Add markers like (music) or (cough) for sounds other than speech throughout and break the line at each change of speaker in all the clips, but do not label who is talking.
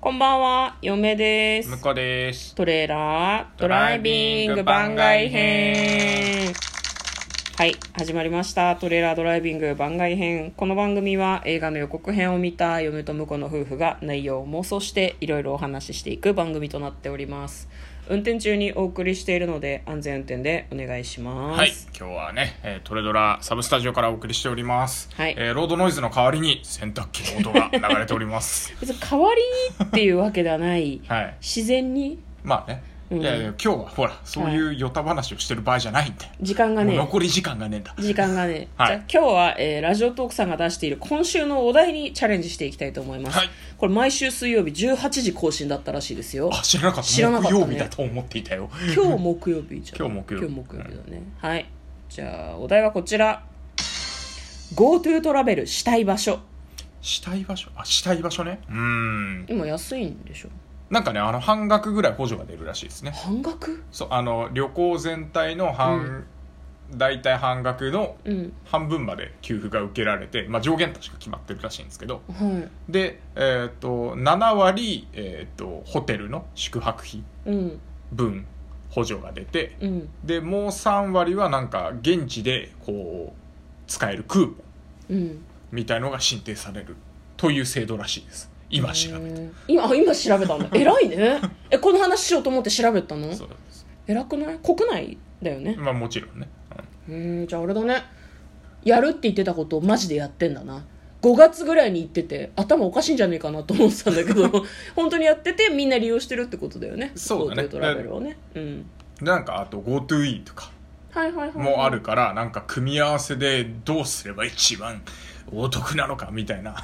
こんばんは、嫁で
向
す。
こうです
トレーラード
ド
ラ
ラ
イ
イ
ビン
ビン
グ
グ
番
番
外
外
編
編。
はい、始まりました。トレーラードライビング番外編。この番組は映画の予告編を見た嫁と婿の夫婦が内容を妄想していろいろお話ししていく番組となっております。運転中にお送りしているので安全運転でお願いします。
はい今日はね、えートレドラサブスタジオからお送りしております、
はい
えーロードノイズの代わりに洗濯機の音が流れております
(laughs) 別に代わりにっていうわけではない。
はい
自然に
まあね、
うん
いやいや今日はほらそういうヨタ話をしてる場合じゃないんで、
時間が
もう
ね、
残り時間がねえんだ
時間がね、
はい
じゃあ今日は、えーラジオトークさんが出している今週のお題にチャレンジしていきたいと思います、
はい
これ毎週水曜日18時更新だったらしいですよ
あ知らなかった
知らなかったね
木曜日だと思っていたよ
今日木曜日じゃん
今日木曜日
今日木曜日だね、はいじゃあお題はこちら GoTo トラベルしたい場所
したい場所あしたい場所ねうーん
今安いんでしょ
なんかねあの半額ぐらい補助が出るらしいですね
半額
そうあの旅行全体の半、大体半額の
うん
半分まで給付が受けられて、まあ、上限確か決まってるらしいんですけど
は
で、えー、と7割、えー、とホテルの宿泊費
いうん
分補助が出て
うん
でもう3割はなんか現地でこう使えるクーポン
うん
みたいのが申請されるという制度らしいです今調べ
へ
て
ー今あ今調べたんだ偉いねえこの話しようと思って調べたの
そうなんです、
偉くない国内だよね
まあ、もちろんね、うん
へえじゃああれだねやるって言ってたことをマジでやってんだな5月ぐらいに言ってて頭おかしいんじゃねえかなと思ってたんだけど (laughs) 本当にやっててみんな利用してるってことだよね
そうだね
GoTo トラベルをねうん
でなんかあと GoToE とか
はいはいはい
もあるからなんか組み合わせでどうすれば一番お得なのかみたいな
あ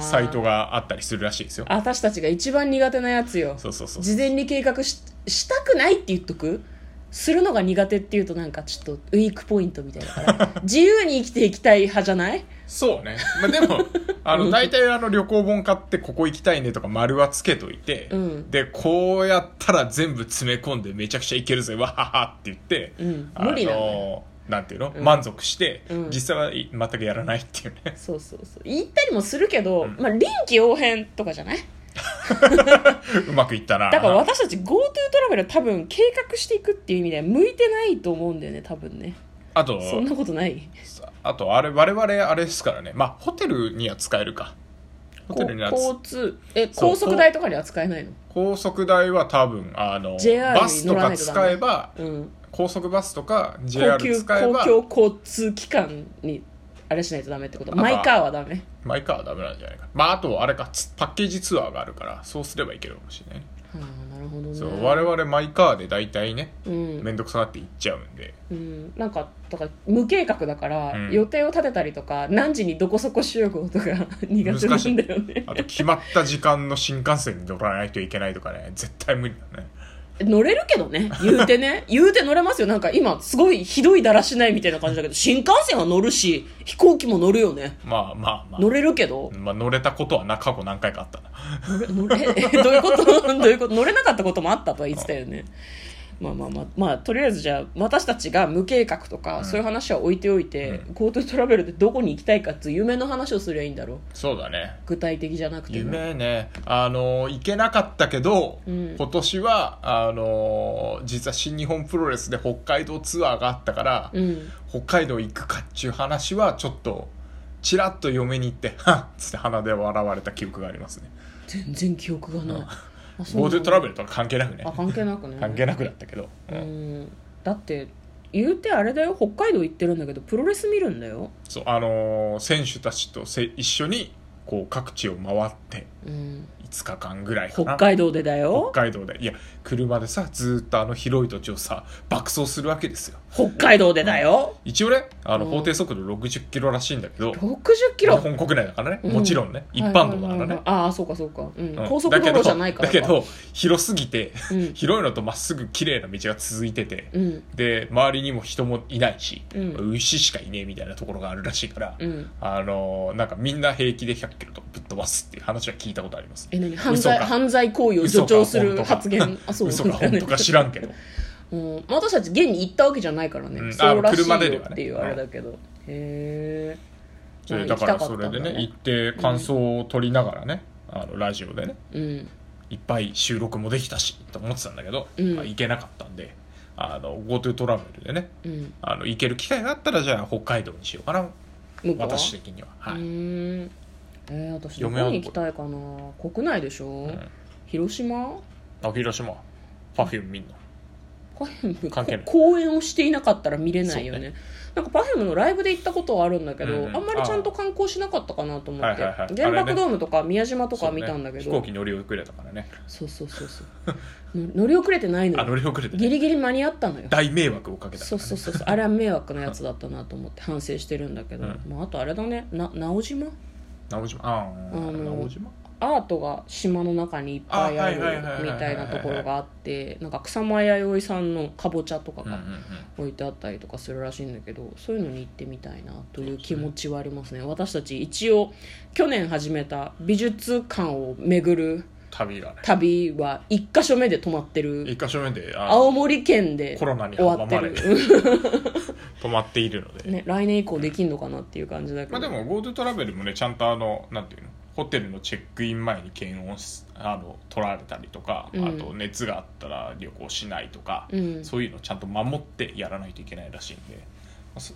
ー
サイトがあったりするらしいですよ
私たちが一番苦手なやつよ
そうそうそう
事前に計画ししたくないって言っとくするのが苦手っていうとなんかちょっとウィークポイントみたいだから
(laughs)
自由に生きていきたい派じゃない
そうね、まあ、
(laughs)
でもあの大体あの旅行本買ってここ行きたいねとか丸はつけといて、
うん
でこうやったら全部詰め込んでめちゃくちゃいけるぜわははって言って、
うん無理なのよ
あのなんていうの、
うん
満足して、
うん
実際はい全くやらないっていうね (laughs)
そうそうそう言ったりもするけど、
うん
まあ臨機応変とかじゃないう
まくいったな
だから私たち GoTo トラベル多分計画していくっていう意味では向いてないと思うんだよね多分ね
あと
そんなことない
あとあれ我々あれですからねまあホテルには使えるかホテルにはつ
こう交通え
そう
高速代とかには使えないの
高速代は多分あの
JR
バスとか使えば
うん
高速バスとか JR
高級
使えば
公共交通機関にあれしないとダメってこと
あまあ
マイカーはダメ
マイカーはダメなんじゃないかまああとあれかつパッケージツアーがあるからそうすればいけるかもしれないね、
はあなるほどね
そう我々マイカーで大体ね
うん
面倒くさがって行っちゃうんで
うん、なんかだから無計画だから、
うん
予定を立てたりとか何時にどこそこ集合とか (laughs) 苦手なんだよね
あと決まった時間の新幹線に乗らないといけないとかね絶対無理だね
乗れるけどね言うて
(laughs)
ね言うて乗れますよなんか今すごいひどいだらしないみたいな感じだけど新幹線は乗るし飛行機も乗るよね
まあまあまあ
乗れるけど
まあ、乗れたことはな過去何回かあったな
乗れ乗れ (laughs) えどういうことどういうこと乗れなかったこともあったとは言ってたよねまあまあまあまあとりあえずじゃあ私たちが無計画とか、
うん
そういう話は置いておいて、
う
GoTo トラベルでどこに行きたいかっていう夢の話をすりゃいいんだろう
そうだね
具体的じゃなくても
夢ねあの行けなかったけど、
うん
今年はあの実は新日本プロレスで北海道ツアーがあったから、
うん
北海道行くかっちゅう話はちょっとちらっと嫁に行って (laughs) 「はっ」つって鼻で笑われた記憶がありますね
全然記憶がない、
うん
あそうなんだ
GoTo トラベルとは関係なくね
あ関係なくね
関係なくだったけど、うん
うんだって言うてあれだよ北海道行ってるんだけどプロレス見るんだよ
そうあの選手たちとせ一緒にこう各地を回って
うん
5日間ぐらいか
北
な
海道でだ
北
よ
海道でいや車でさずーっとあの広い土地をさ爆走するわけですよ
北海道でだよ
一応ねあの
うん
法定速度60キロらしいんだけど、
60キロ
日本国内だからね、
うん
もちろんね一般道だ
はいはいはい
から
はい
ね、
ああそうかそうか、うん
うん
高速道路じゃないから
だけどだけど広すぎて
うん
広いのとまっすぐ綺麗な道が続いてて、
うん
で周りにも人もいないし、
うん
牛しかいねえみたいなところがあるらしいから、
うん
あのーなんかみんな平気で100キロとかぶっ飛ばすっていう話は聞いたことあります
え何犯
嘘
罪
か
犯罪行為を助長する発言あそう
嘘か本当か知らんけど
(laughs) うん、私たち現に行ったわけじゃないからね、
うん
そうらしいよ
あ車でではね
っていうあれだけど、へ
そ
え
れだからそれでね行って感想を取りながらね、あのラジオでね
うん
いっぱい収録もできたしと思ってたんだけど、
うん
まあ行けなかったんであの GoTo トラベルでね
うん
あの行ける機会があったらじゃあ北海道にしようかな
向こうは
私的にはは
う
い、
ーんえー、私どこ
嫁は
に行きたいかな国内でしょ、
うん
広島
あ広島パフューム見んの
パフェム
関係ない
公演をしていなかったら見れないよね
そ
な
う
んかパフェムのライブで行ったことはあるんだけど、
うんうん
あんまりちゃんと観光しなかったかなと思って、
あはいはいはい
原
あれ
爆
ね
ドームとか宮島と
そ
か
うね
見たんだけ
飛
どそう,、
行機乗り遅れたからね
そうそうそうの乗り遅れてないの
あ
よ
乗り遅れて
ギ
ね
リギリ間に合ったのよ
大迷惑をかけた
そ
か
う
らね
そうそうそうあれは迷惑なやつだったなと思って反省してるんだけど、
うん
まあ、あとあれだねな直島
直島ああ
あの
直島
アートが島の中にいっぱいある
あはいはいはいはいはい
みたいなところがあってなんか草間彌生さんのかぼちゃとか
うんうん
が置いてあったりとかするらしいんだけどそういうのに行ってみたいなという気持ちはありますね私たち一応去年始めた美術館を巡る
旅がね
旅は1箇所目で止まってる
一箇所目であの
青森県で
コロナに
終わ
阻
って
まれ
る、
止まっているので、
ね、来年以降できんのかなっていう感じだけど、
まあでも GoTo トラベルもねちゃんとあのなんていうのホテルのチェックイン前に検温しあの取られたりとか、
うん
あと熱があったら旅行しないとか、
うん
そういうのちゃんと守ってやらないといけないらしいんで、まあそ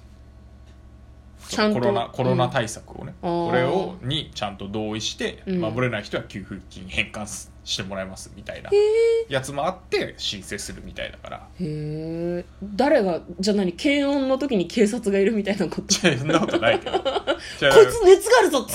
ちゃんと
コロナコロナ対策をね、
うんあー
これをにちゃんと同意して、
うん
守れない人は給付金返還すしてもらいますみたいなやつもあって申請するみたいだから。 (laughs)
へえ誰がじゃあ何検温の時に警察がいるみたいなこと
いやそんなこ
(laughs)
とないけどこ
こいつ熱があるぞ連れて行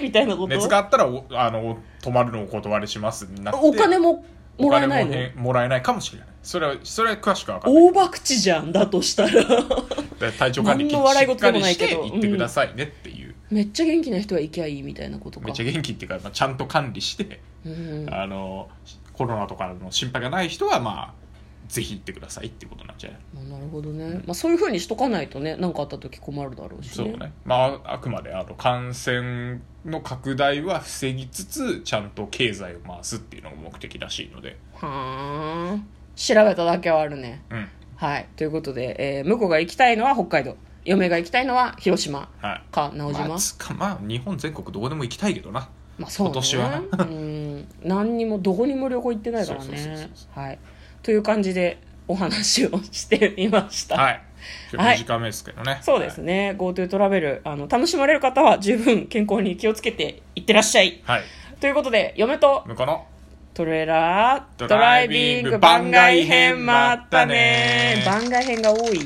けみたいなこと
熱があったらおあの泊まるのをお断りしますになって
お金ももらえない
お
の
金もへもらえないかもしれないそれはそれは詳しくは分かんない
大博打じゃんだとしたら
だから体調管理き
何の笑い
っ
事
か
でも
り
ない
し
け
て
ど
行ってくださいねっていう、
(laughs) めっちゃ元気な人は行きゃいいみたいなことか
めっちゃ元気っていうか、まあ、ちゃんと管理して、
うん
あのコロナとかの心配がない人はまあぜひ行ってくださいっていうことなんじゃない
まあなるほどね、まあ、そういうふうにしとかないとね何かあった時困るだろうし
そうね、まあ、あくまであの感染の拡大は防ぎつつちゃんと経済を回すっていうのが目的らしいので、
はあ調べただけはあるね
うん
はいということで、えー、向こうが行きたいのは北海道嫁が行きたいのは広島
はい、
か直島、
まあ、つかまあ日本全国どこでも行きたいけどな
まあそうね、
今年は
うん何にもどこにも旅行行ってないから
そうそうそう
ねはいという感じでお話をしてみました、
はい今
はい
日短めですけどね、
そうですね GoTo トラベルあの楽しまれる方は十分健康に気をつけていってらっしゃい
はい、はい、
ということで嫁と
向こうの
トレーラード
ドライビング番外編
まったね番外編が多い